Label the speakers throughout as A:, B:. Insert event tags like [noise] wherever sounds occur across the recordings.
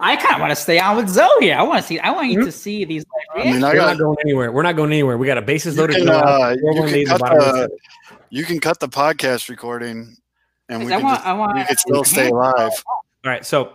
A: I kind of want to stay on with Zoe. I want to see. I want you to see these.
B: I mean, I
C: We're not
B: got.
C: going anywhere. We're not going anywhere. We got a bases
B: You
C: loaded.
B: can,
C: now.
B: uh,
C: We're
B: you
C: only
B: can
C: in the
B: cut
C: bottom of the
B: the
C: fifth.
B: you can cut the podcast recording, and we
A: I
B: can
A: want.
B: just-
A: I want.
B: we could still stay live.
C: All right. So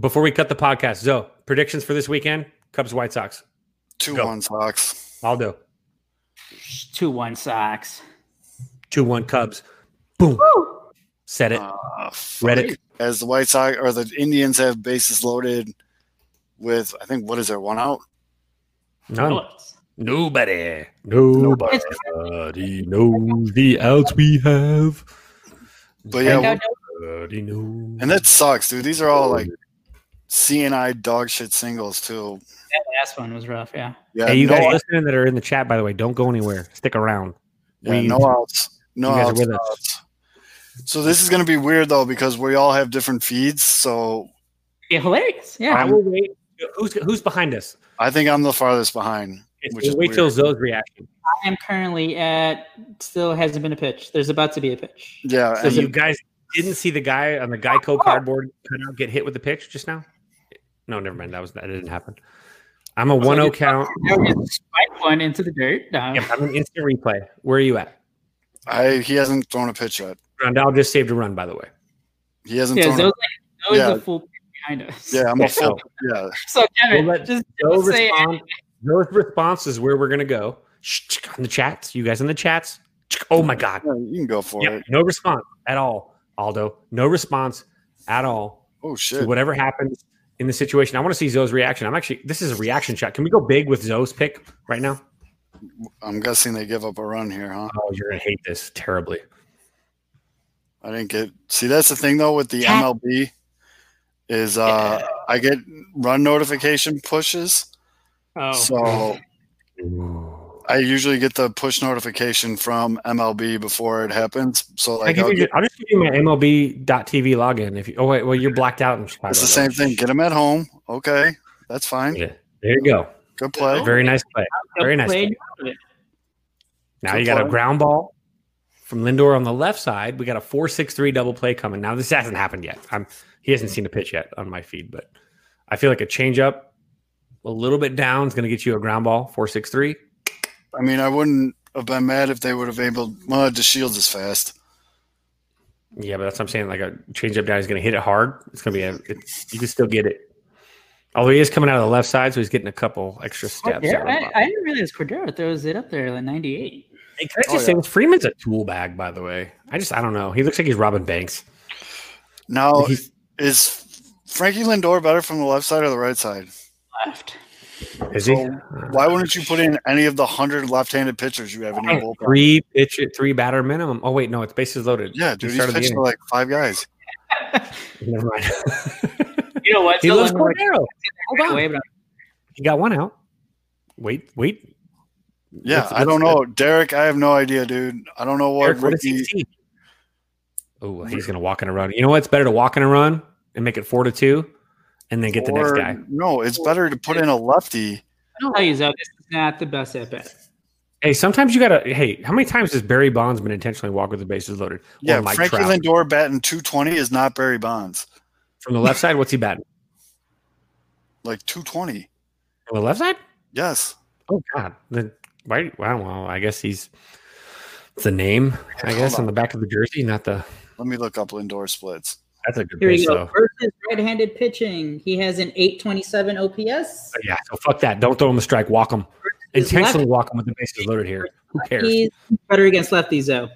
C: before we cut the podcast, Zoe, predictions for this weekend: Cubs, White Sox.
B: Two
C: Go.
B: one socks.
C: I'll do
A: Two one socks.
C: two one Cubs. Boom. Said it.
B: Uh, fuck.
C: Read it.
B: As the White Sox or the Indians have bases loaded with, I think what is there one out?
C: None. Nobody.
B: Nobody.
C: Nobody knows the outs we have.
B: But yeah,
A: No, no,
C: Nobody knows.
B: and that sucks, dude. These are all like CNI dog shit singles too.
A: that last one was rough. Yeah.
B: Yeah,
C: Hey, you
B: no,
C: guys listening that are in the chat, by the way, don't go anywhere. Stick around.
B: yeah,
C: we-
B: no outs, no
C: you guys are
B: outs,
C: with
B: no
C: us.
B: outs. So this is gonna be weird though because we all have different feeds. So
A: Yeah, hilarious. Yeah.
C: I will wait. Who's who's behind us?
B: I think I'm the farthest behind.
C: It's-
B: Which is
C: wait till
B: weird.
C: Zoe's reaction.
A: I am currently at. Still hasn't been a pitch. There's about to be a pitch.
B: Yeah,
C: So
B: and
C: Uh, you guys didn't see the guy on the Geico cardboard cutout get hit with the pitch just now? No, never mind. That was that didn't happen. I'm a 1-0 count.
A: Now we just spike one into the dirt. No.
C: Yep, I'm an instant replay. Where are you at?
B: I he hasn't thrown a pitch yet.
C: Rondell just saved a run, by the way.
B: He hasn't
A: Yeah,
B: thrown.
A: Zoe's
B: a,
A: like, Zoe's
B: Yeah.
A: a full pitch behind us.
B: yeah, I'm a
C: So-
B: full. Yeah,
A: [laughs] So Kevin,
C: We'll let
A: just
C: Joe's
A: don't say
C: response, Joe's response is where we're gonna go. Shh, on the chats, you guys in the chats. Oh my god.
B: yeah, you can go for
C: Yep,
B: it.
C: no response at all, Aldo. No response at all
B: Oh
C: to
B: shit!
C: whatever happens in the situation. I want to see Zoe's reaction. I'm actually this is a reaction shot. Can we go big with Zoe's pick right now?
B: I'm guessing they give up a run here, huh?
C: Oh, you're gonna hate this terribly.
B: I didn't get. See, that's the thing though with the
A: Cat-
B: MLB is uh I get run notification pushes,
A: Oh,
C: uh,
B: so I usually get the push notification from MLB before it happens. So
C: I
B: like, I'll get,
C: will just give you my MLB.tv login. If you, oh wait, well you're blacked out in Chicago.
B: it's the same thing. Get them at home. Okay, that's fine.
C: Yeah, there you go.
B: Good play.
C: Very nice play. Very nice.
A: Played.
C: Now
B: Good
C: you got a
B: play.
C: ground ball from Lindor on the left side. We got a four six three double play coming. Now this hasn't happened yet. I'm he hasn't seen a pitch yet on my feed, but I feel like a change up, a little bit down is going to get you a ground ball four six three.
B: I mean, I wouldn't have been mad if they would have able well, the Shields is fast.
C: Yeah, but that's what I'm saying. Like a change up down is going to hit it hard. It's going to be a it's, you can still get it. Although he is coming out of the left side, so he's getting a couple extra
A: Oh,
C: steps.
A: Yeah,
C: out of
A: I,
C: the-
A: I didn't realize Cordero throws it up there like 98.
C: Hey, can I
B: Oh,
C: just say
B: yeah.
C: this? Freeman's a tool bag, by the way. I just I don't know. He looks like he's robbing banks.
B: Now
C: He's-
B: is Frankie Lindor better from the left side or the right side?
A: Left.
C: Is he?
B: So, Why wouldn't you put in any of the hundred left-handed pitchers you have in your
C: Hey,
B: bullpen?
C: Uh, three pitch three batter minimum. Oh wait, no, it's bases loaded.
B: Yeah,
C: He
B: dude, he's
C: started the
B: pitched for
C: inning.
B: like five guys.
C: [laughs] Never [laughs] mind.
A: You know what?
C: he
A: Still
C: loves
A: under-
C: Cordero. Hold on.
A: Wait, but
C: He got one out. Wait, wait.
B: Yeah,
C: What's-
B: I
C: what's
B: don't know, Derek. I have no idea, dude. I don't know
C: the-
B: what
C: Eric, what does
B: Ricky.
C: he see? Oh, he's gonna walk in a run. You know what? It's better to walk in a run and make it four to two, and then get the next
B: or-
C: guy.
B: No, it's better to put in a lefty.
A: I'll tell you, Zoe, this is not the best at bat.
C: Hey, sometimes you gotta. Hey, how many times has Barry Bondsman intentionally walk with the bases loaded? Or
B: Yeah,
C: Oh, Mike
B: Frankie
C: Trout?
B: Lindor batting 220 is not Barry Bonds.
C: from the left side. What's he batting [laughs]
B: Like 220.
C: from the left side?
B: Yes.
C: Oh God! The why? I don't know. I guess he's it's the name. I guess on. the back of the jersey, not the.
B: Let me look up Lindor splits.
C: That's a good
A: Here we
C: pitch
A: go.
C: though.
A: Versus right-handed pitching. He has an 827 OPS.
C: But yeah, so fuck that. Don't throw him a strike. Walk him.
A: His
C: Intentionally walk him with the bases loaded here. Who cares?
A: He's better against lefties, though.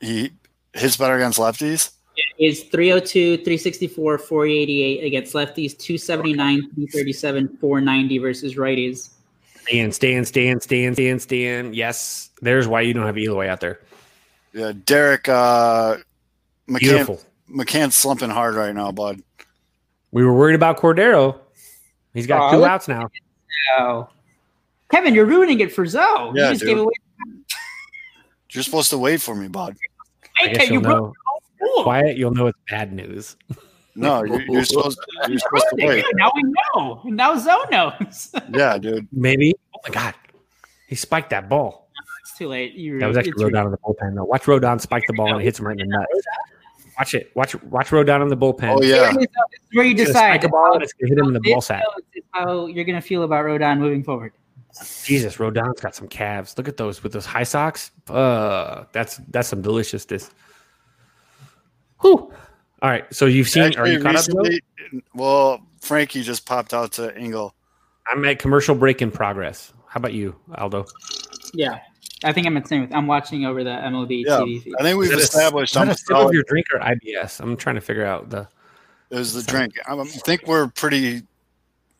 B: He hits better against lefties.
A: He's 302, 364, 488 against lefties, 279, 337, 490 versus righties.
C: Stand, stand, stand, stand, stand, stand. Yes, there's why you don't have Eloy out there.
B: Yeah, Derek uh, McCann,
C: Beautiful.
B: McCann's slumping hard right now, bud.
C: We were worried about Cordero. He's got
A: Oh,
C: two
A: look-
C: outs now.
A: Oh. Kevin, you're ruining it for Zoe.
B: Yeah,
A: you just
B: dude.
A: gave away.
B: You're supposed to wait for me, bud.
C: I
A: Hey,
C: guess
A: Kevin, you
C: you'll
A: broke
C: know.
A: the rule.
C: Quiet. You'll know it's bad news.
B: No, you're, you're supposed. You're supposed to
A: Yeah,
B: wait.
A: now we know. Now Zoe knows. [laughs]
B: Yeah, dude.
C: Maybe. Oh my God. He spiked that ball.
A: it's too late. You
C: That was
A: it's
C: actually Rodon in the bullpen, though. Watch Rodon spike the ball and it hits him right in the nuts. Watch it. Watch watch Rowe down in the bullpen.
B: Oh yeah.
A: It's where you
C: It's gonna
A: decide.
C: spike a ball and it's gonna hit him in the ball sack.
A: It's how you're going to feel about Rodon moving forward.
C: Jesus, Rodon's got some calves. Look at those with those high socks. Uh, that's that's some deliciousness. Whew. All right. So you've seen? are you
B: Actually,
C: caught up? Joe?
B: recently- Well, Frankie just popped out to Engel.
C: I'm at commercial break in progress. How about you, Aldo?
A: Yeah. I think I'm at same with I'm watching over the MLB
B: Yeah,
A: TV feed.
B: I think we've
C: Is that a-
B: established
C: Is that
B: I'm
C: a
B: a
C: sip of
B: solid.
C: your drink or IBS? I'm trying to figure out the.
B: It was the drink. I'm- I think we're pretty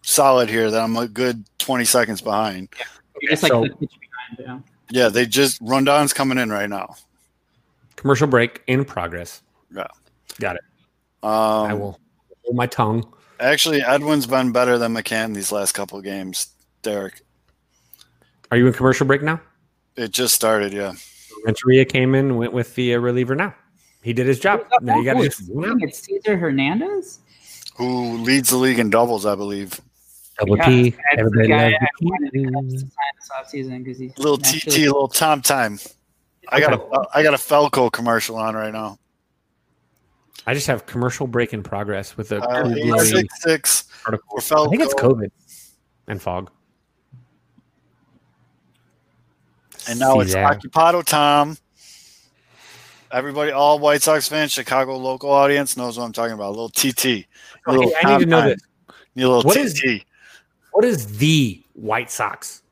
B: solid here. That I'm a good 20 seconds behind.
A: You're just like
C: so-
A: the pitch behind, you know?
B: Yeah, they just Rondon's coming in right now.
C: Commercial break in progress.
B: Um,
C: I will hold my tongue.
B: Actually, Edwin's been better than McCann these last couple games. Derek,
C: Are you in commercial break now?
B: it just started. Yeah,
C: Renteria came in, went with the uh, reliever. Now he did his job.
A: Who's up
C: Now you
A: now?
C: got
A: Who
C: to
A: is winning? It's Cesar Hernandez.
B: who leads the league in doubles? I believe.
C: double
A: Yeah,
C: P.
A: that's
C: Everybody
A: the guy
C: loves
A: I
C: the
A: wanted the Cubs to
C: P.
A: sign this offseason because he's
B: Little TT,
A: naturally-
B: little Tom time. I got a I got a Falco commercial on right now.
C: I just have commercial break in progress with a
B: Uh,
C: Google
B: eight, six six
C: article.
B: for Falco.
C: I think it's COVID and fog.
B: And now
C: See
B: it's
C: that?
B: Occupado Tom. Everybody, all White Sox fans, Chicago local audience knows what I'm talking about. A little TT. A little
C: Hey, I need to
B: Tom
C: know
B: time.
C: this.
B: Need a little
C: What
B: TT.
C: is- What is the White Sox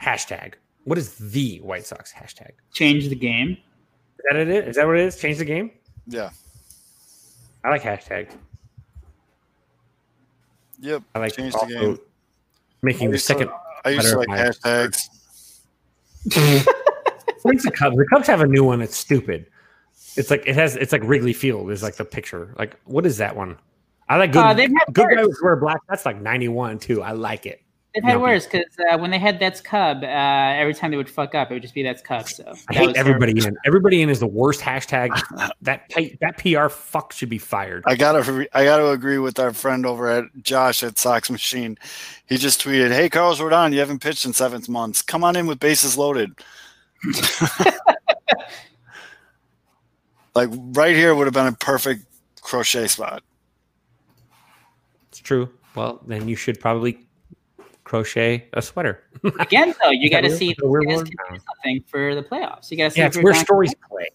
C: hashtag? What is the White Sox hashtag?
A: changed the game.
C: Is that it? Is that what it is? Change the game?
B: Yeah.
C: I like hashtag.
B: Yep.
C: I like
B: Change the game.
C: making the
B: Always so-
C: second. [laughs]
B: I used to
C: Better
B: like
C: mind.
B: hashtags.
C: What is the Cubs? The Cubs have a new one. It's stupid. It's like it has. It's like Wrigley Field is like the picture. Like what is that one? I like good.
A: Uh, they've had
C: good
A: worse.
C: guys wear black. That's like ninety one too. I like it.
A: They've had
C: Yuppie.
A: worse because uh, when they had that's Cub, uh, every time they would fuck up, it would just be that's Cub. So
C: I
A: that
C: hate
A: was
C: everybody in. Everybody in is the worst
B: [laughs]
C: hashtag. that P- that PR fuck should be fired.
B: I gotta re- I gotta agree with our friend over at Josh at Sox Machine. He just tweeted, "Hey, Carlos Rodon, you haven't pitched in seven months. Come on in with bases loaded." [laughs] like right here would have been a perfect crochet spot.
C: It's true. Well, then you should probably crochet a sweater.
A: terrible. again though. You
C: Is that
A: got to
C: weird?
A: see if
C: We're
A: these guys
C: worn
A: can
C: down.
A: do something for the playoffs. You got to see
C: yeah,
A: if
C: it's
A: you're
C: where
A: not-
C: stories play.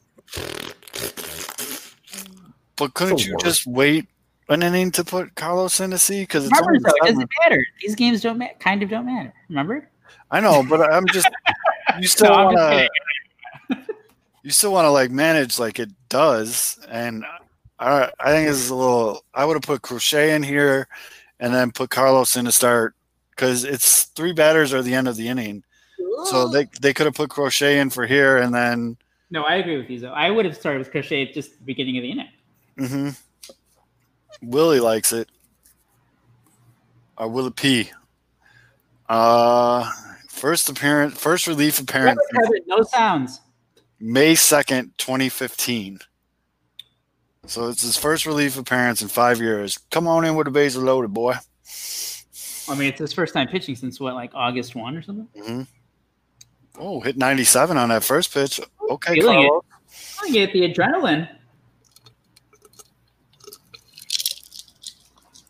B: But
C: It's
B: couldn't
C: a
B: you
C: war.
B: just wait an inning to put Carlos in to see? Because it's
A: Remember
B: only
A: though, it
B: seven.
A: doesn't matter. These games don't ma- kind of don't matter. Remember?
B: I know, but I'm just you
A: [laughs]
B: still
A: No, I'm
B: want
A: just
B: to
A: kidding.
B: you still want to like manage like it does, and I I think this is a little. I would have put Crochet in here, and then put Carlos in to start because it's three batters are the end of the inning, so they they could have put Crochet in for here, and then
A: no, I agree with you though. I would have started with crochet at just the beginning of the inning.
B: mhm. Willie likes it. Or Willie P. Uh, first appearance, first relief appearance.
A: No sounds.
B: May 2nd, 2015. So it's his first relief appearance in five years. Come on in with the bases loaded, boy.
A: I mean, it's his first time pitching since what, like August one or something.
D: Mm-hmm.
B: hmm Oh, hit 97 on that first pitch. Okay,
A: Feeling it.
B: Carlos.
A: I get the adrenaline.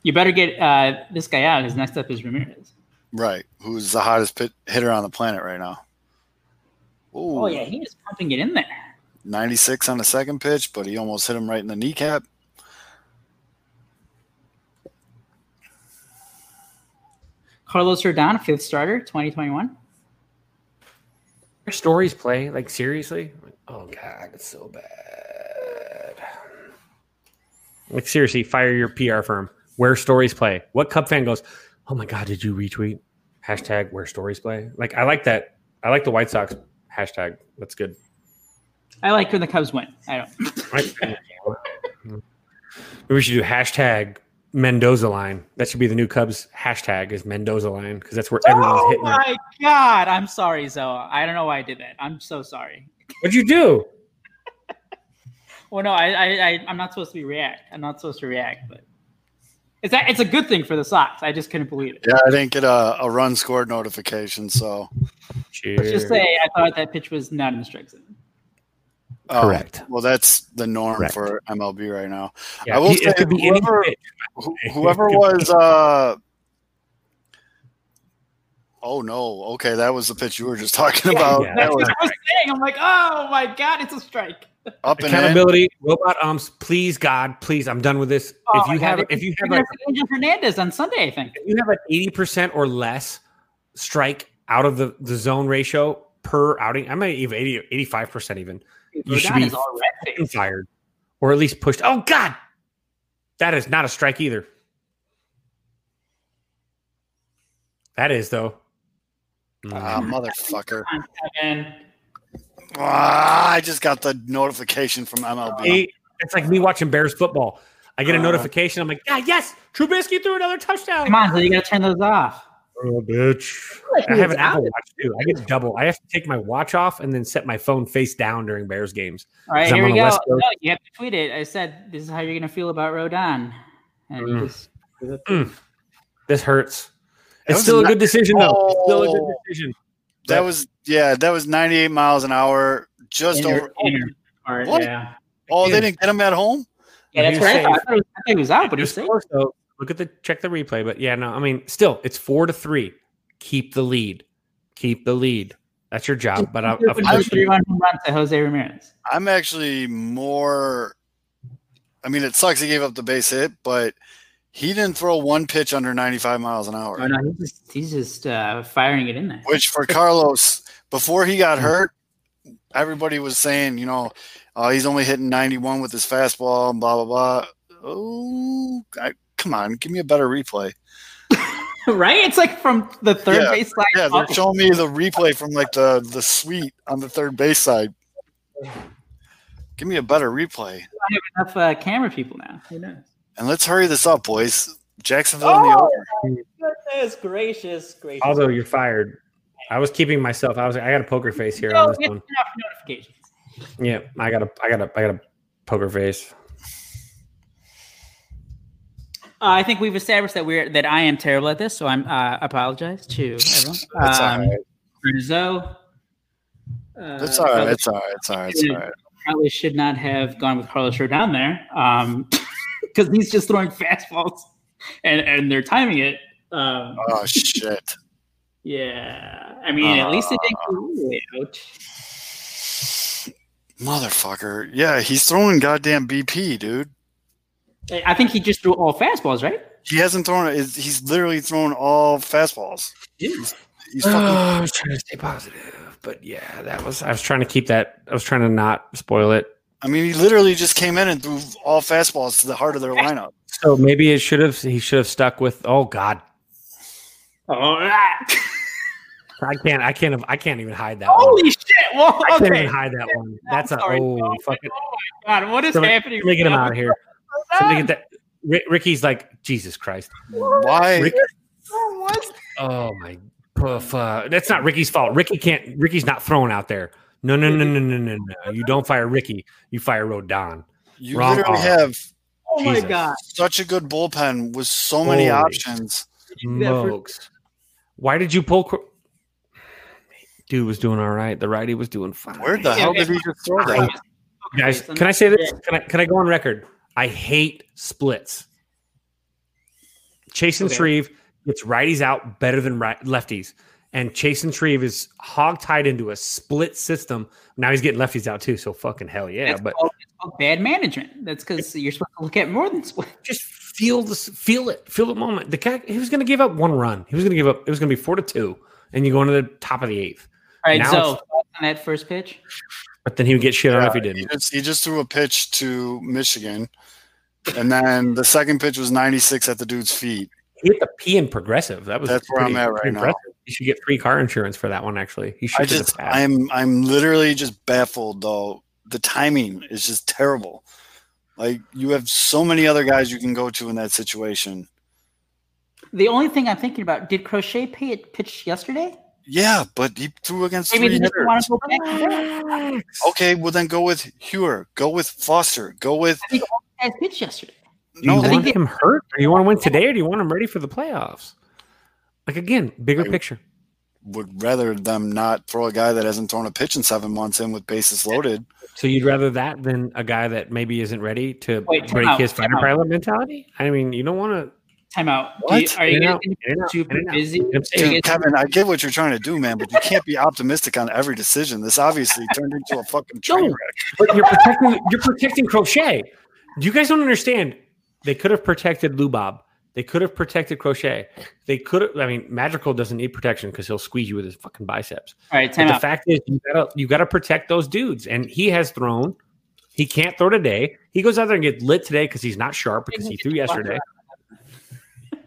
A: You better get uh, this guy out. His next up is Ramirez.
B: Right. Who's the hottest pit hitter on the planet right now? Ooh,
A: Oh yeah, he is pumping it in there.
B: 96 on the second pitch, but he almost hit him right in the kneecap.
A: Carlos Rodon, fifth starter, 2021.
C: Where stories play. Like seriously. Oh god, it's so bad. Like seriously, fire your PR firm. Where stories play. What Cub fan goes? Oh my god, did you retweet? Hashtag where stories play. Like I like that. I like the White Sox hashtag. That's good.
A: I like when the Cubs win. I don't.
C: Right. Maybe we should do hashtag Mendoza line. That should be the new Cubs hashtag is Mendoza line because that's where everyone's
A: Oh
C: hitting. it.
A: my god! I'm sorry, Zoa. I don't know why I did that. I'm so sorry.
C: What'd you do?
A: Well, no, I, I, I I'm not supposed to be react. I'm not supposed to react, but it's a, it's a good thing for the Sox. I just couldn't believe it.
B: Yeah, I didn't get a, a run scored notification. So
C: Cheers.
A: Just say I thought that pitch was not in the strike zone.
B: Oh,
D: Correct.
B: Well, that's the norm
D: Correct.
B: for MLB right now.
C: Yeah,
B: I will
C: he-
B: say
C: it could be any
B: whoever-
C: pitch. [laughs]
B: Who-
C: It
B: Whoever
C: could be-
B: was. uh Oh no! Okay, that was the pitch you were just talking about.
C: yeah.
A: That's
B: That was
A: what I was saying. I'm like, oh my god, it's a strike.
B: up and in.
C: accountability, robot umps. Please, God, please, I'm done with this.
A: Oh
C: if
A: my
C: you
A: God,
C: have,
A: it-
C: if you have,
A: We're
C: like,
A: gonna see Angel Hernandez on Sunday, I think.
C: if you have an eighty percent or less strike out of the, the zone ratio per outing, I might even 80, 85 percent even You should be-
A: Rodon is all red
C: fucking
A: faced.
C: fired, or at least pushed. Oh God, that is not a strike either. That is though. Mm.
B: Ah, motherfucker!
A: Come on, Kevin.
B: Ah, I just got the notification from MLB.
C: Eight. It's like me watching Bears football. I get a
B: Uh.
C: notification. I'm like, God, yes, Trubisky threw another touchdown.
A: Come on, so you gotta turn those off.
C: Oh, bitch. I have an Apple Watch too. I get double. I have to take my watch off and then set my phone face down during Bears games.
A: All right,
C: Is that
A: here
C: on
A: we
C: the
A: go.
C: West
A: No,
C: Coast?
A: you have to tweet it. I said this is how you're gonna feel about Rodon. And
C: Mm.
A: just-
C: This hurts.
B: That
C: It's
B: was
C: still a
B: not-
C: good decision though. It's still a good
B: Oh.
C: decision.
B: That was yeah. That was 98 miles an hour. Just
A: inner-
B: over.
A: inner part,
B: What?
A: Yeah,
B: Oh, they didn't get him at home.
A: yeah, that's
C: You're
A: what I
C: safe.
A: thought. I thought. he was- I thought he was out, but
C: It
A: he's
C: was
A: safe.
C: close though. Look at the check the replay, but yeah, no. I mean, still, it's four to three. Keep the lead. Keep the lead. That's your job. But I, of
A: [laughs] I
C: course,
A: three run home run to Jose Ramirez.
B: I'm actually more. I mean, it sucks he gave up the base hit, but he didn't throw one pitch under 95 miles an hour.
A: Oh, no, he's just, he's just uh, firing it in there.
B: Which for Carlos, before he got hurt, everybody was saying, you know, uh, he's only hitting 91 with his fastball and blah blah blah. Oh, I, come on, give me a better replay.
A: [laughs] right? It's like from the third
B: Yeah,
A: baseline.
B: Yeah, they're
A: up.
B: showing me the replay from like the the suite on the third base side. Give me a better replay,
A: enough uh, camera people now. Who knows?
B: and let's hurry this up, boys. Jacksonville in the
A: Oh!
B: over.
A: Goodness gracious, gracious.
C: although you're fired. I was keeping myself. I was. I got a poker face here
A: No,
C: on this
A: get
C: one.
A: enough notifications.
C: Yeah, I got a. I got a. I got a poker
A: [sighs]
C: face.
A: Uh, I think we've established that we're that I am terrible at this, so I'm uh, apologize to everyone.
B: That's all right.
A: for Zoe, uh,
B: That's all right.
A: probably-
B: That's all right. That's all right. That's all right.
A: Probably should not have gone with Carlos Rodon there, [laughs] because he's just throwing [laughs] fastballs, and and they're timing it. Um,
B: Oh shit!
A: yeah, I mean, at least they didn't go out.
B: Motherfucker. Yeah, he's throwing goddamn BP, dude.
A: I think he just threw all fastballs, right?
B: He hasn't thrown. is- He's literally thrown all fastballs. He's, he's
C: [sighs]
B: fucking.
C: I was trying to stay positive, but yeah, that was. I was trying to keep that. I was trying to not spoil it.
B: I mean, he literally just came in and threw all fastballs to the heart of their lineup.
C: So maybe it should have. He should have stuck with. Oh God,
A: All right.
C: I can't. I can't. I can't even hide that. one.
A: [laughs] Holy shit! Well,
C: I can't
A: okay.
C: even hide that one.
A: I'm
C: That's a
A: sorry.
C: oh
A: No,
C: fuck it.
A: Oh my god, what is
C: Somebody-
A: happening?
C: Somebody get him
A: right
C: out of here.
A: now? [laughs]
C: Somebody get that. Ri- Ricky's like Jesus Christ.
B: Why?
C: Rick-
A: What?
C: Oh my poof. Uh, that's not Ricky's fault. Ricky can't. Ricky's not thrown out there. No, no, no, no, no, no, no. You don't fire Ricky. You fire Rodon.
B: You
C: Wrong
B: literally
C: arm.
B: have
A: Oh my
C: Jesus.
A: god!
B: such a good bullpen with so many
C: Holy.
B: options.
A: that for-
C: Mokes. Why did you pull? Cro- Dude was doing all right. The righty was doing fine.
B: Where the
A: Yeah,
B: hell
A: okay.
B: did he just throw
C: I-
B: that?
C: guys? Can I say this? Can I can I go on record? I hate splits. Chase and
A: Okay.
C: Shreve gets righties out better than right, lefties, and Chase and Shreve is hogtied into a split system. Now he's getting lefties out too. So fucking hell yeah!
A: That's
C: but
A: called, it's called bad management. That's because you're supposed to look at more than split.
C: just feel this, feel it, feel the moment. The guy he was going to give up one run. He was going to give up. It was going to be four to two, and you go into the top of the eighth.
A: All right,
C: Now
A: so
C: it's-
A: thoughts on that first pitch.
C: But then he would get shit on
B: Yeah,
C: if he
B: He
C: didn't.
B: just, he just threw a pitch to Michigan, and then the second pitch was 96 at the dude's feet.
C: He hit the P in progressive. That was
B: That's where I'm
C: pretty-
B: at
C: pretty
B: right now.
C: You should get free car insurance for that one. Actually, he should.
B: I
C: get the
B: just,
C: pass.
B: I'm, I'm literally just baffled though. The timing is just terrible. Like you have so many other guys you can go to in that situation.
A: The only thing I'm thinking about: did Crochet pay it pitch yesterday?
B: Yeah, but he threw against
A: Maybe
B: three
A: they just
B: hitters.
A: want to go back. to that.
B: Okay, well then go with Hewer, go with Foster, go with
A: I think all the guys pitched yesterday.
C: Do you
B: no.
A: I
C: want
A: think they-
C: him hurt, or you want to win today, or do you want him ready for the playoffs? Like again, bigger
B: I-
C: picture.
B: would rather them not throw a guy that hasn't thrown a pitch in seven months in with bases loaded.
C: So you'd rather that than a guy that maybe isn't ready to
A: Wait, time
C: break
A: out,
C: his
A: time
C: fighter
A: out.
C: pilot mentality? I mean, you don't want to.
A: Time out. Do
B: What?
A: you- are you
C: In and
A: guys
C: out,
A: gonna be
C: in and out,
A: super
C: in and out.
A: busy?
C: I'm
A: Are you
C: saying
B: Dude,
A: guys-
B: Kevin, I get what you're trying to do, man, but you can't be optimistic on every decision. This obviously turned into a fucking train
C: No.
B: wreck.
C: But you're protecting you're protecting crochet. You guys don't understand. They could have protected Lubob. They could have protected crochet. They could have. I mean, Magical doesn't need protection because he'll squeeze you with his fucking biceps.
A: All right,
C: But
A: time
C: the
A: out.
C: fact is, you gotta you gotta protect those dudes. And he has thrown. He can't throw today. He goes out there and gets lit today because he's not sharp because he
A: [laughs]
C: threw yesterday.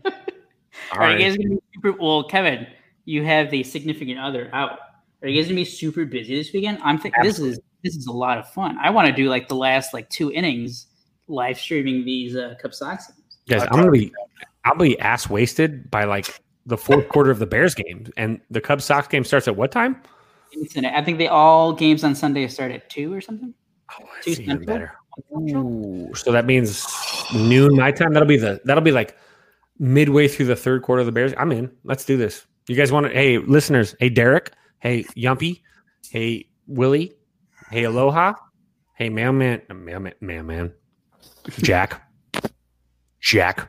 C: All
A: Are
C: right.
A: you guys gonna be super? Well, Kevin, you have the significant other out. Are you guys gonna be super busy this weekend? I'm thinking this is this is a lot of fun. I want to do like the last like two innings live streaming these uh, Cup Sox. games.
C: Guys,
B: I
C: I'm gonna be I'll be ass wasted by like the fourth quarter of the Bears game. And the Cubs Sox game starts at what time?
A: It's in it. I think they all games on Sunday start at two or something.
C: Oh,
A: Two
C: it's even
A: Central?
C: better. Ooh, so that means noon my time. That'll be the that'll be like midway through the third quarter of the Bears. I'm in. Let's do this. You guys want to? Hey, listeners. Hey, Derek. Hey, Yumpy. Hey, Willie. Hey, Aloha. Hey, mailman. uh, Mailman. Mailman. Jack. Jack.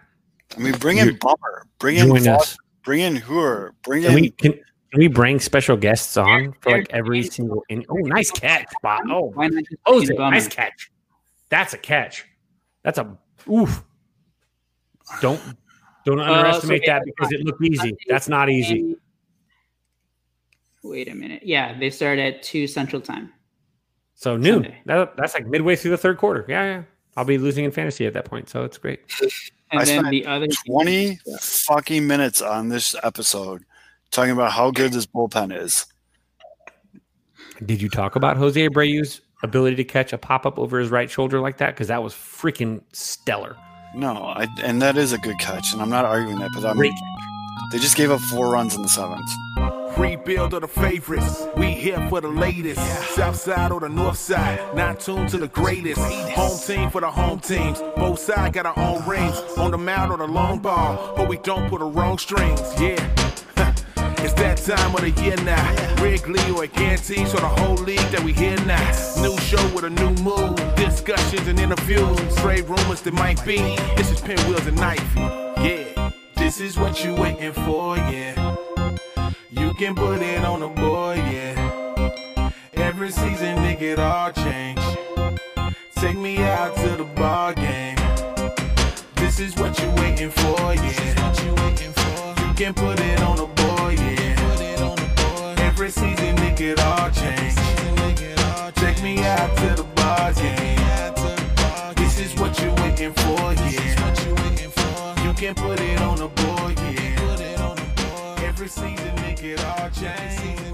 B: I mean, bring in
C: You-
B: Bummer, bring in
C: Join
B: Fox,
C: us.
B: bring in Hooer, bring
C: Can
B: in
C: we can, can we bring special guests on for like every single? In- oh, nice catch, Bob. Oh,
A: Why not just
C: Jose,
A: fucking bum
C: nice
A: it?
C: catch. That's a catch. That's a oof. Don't don't underestimate
A: so-
C: that because it looked easy. That's not easy.
A: And- Wait a minute. Yeah, they start at two Central Time.
C: So noon.
A: Sunday.
C: That, that's like midway through the third quarter. Yeah, yeah. I'll be losing in fantasy at that point, so it's great.
A: And
B: I
A: then
B: spent
A: the other
B: 20 fucking minutes on this episode talking about how good this bullpen is.
C: Did you talk about Jose Abreu's ability to catch a pop up over his right shoulder like that? Because that was freaking stellar.
B: No, I, and that is a good catch, and I'm not arguing that, but I'm,
C: Great.
B: they just gave up four runs in the seventh.
D: Rebuild of the favorites. We here for the latest. South side or the north side. Not tuned to the greatest. Home team for the home teams. Both sides got our own rings. On the mound or the long ball. But we don't pull the wrong strings. Yeah. [laughs] It's that time of the year now. Wrigley or Ganty, so the whole league that we hear now. New show with a new mood, discussions and interviews, trade rumors that might be. This is Pinwheels and Knife, yeah. This is what you waiting for, yeah. You can put it on the board, yeah. Every season, they get all change. Take me out to the ball game. This is what you waiting for, yeah. You can put it on the board, yeah. Every season it get all changed. Take me out to the bar, yeah. This is what you waiting for, yeah. You can put it on the board, yeah. Every season it get all changed.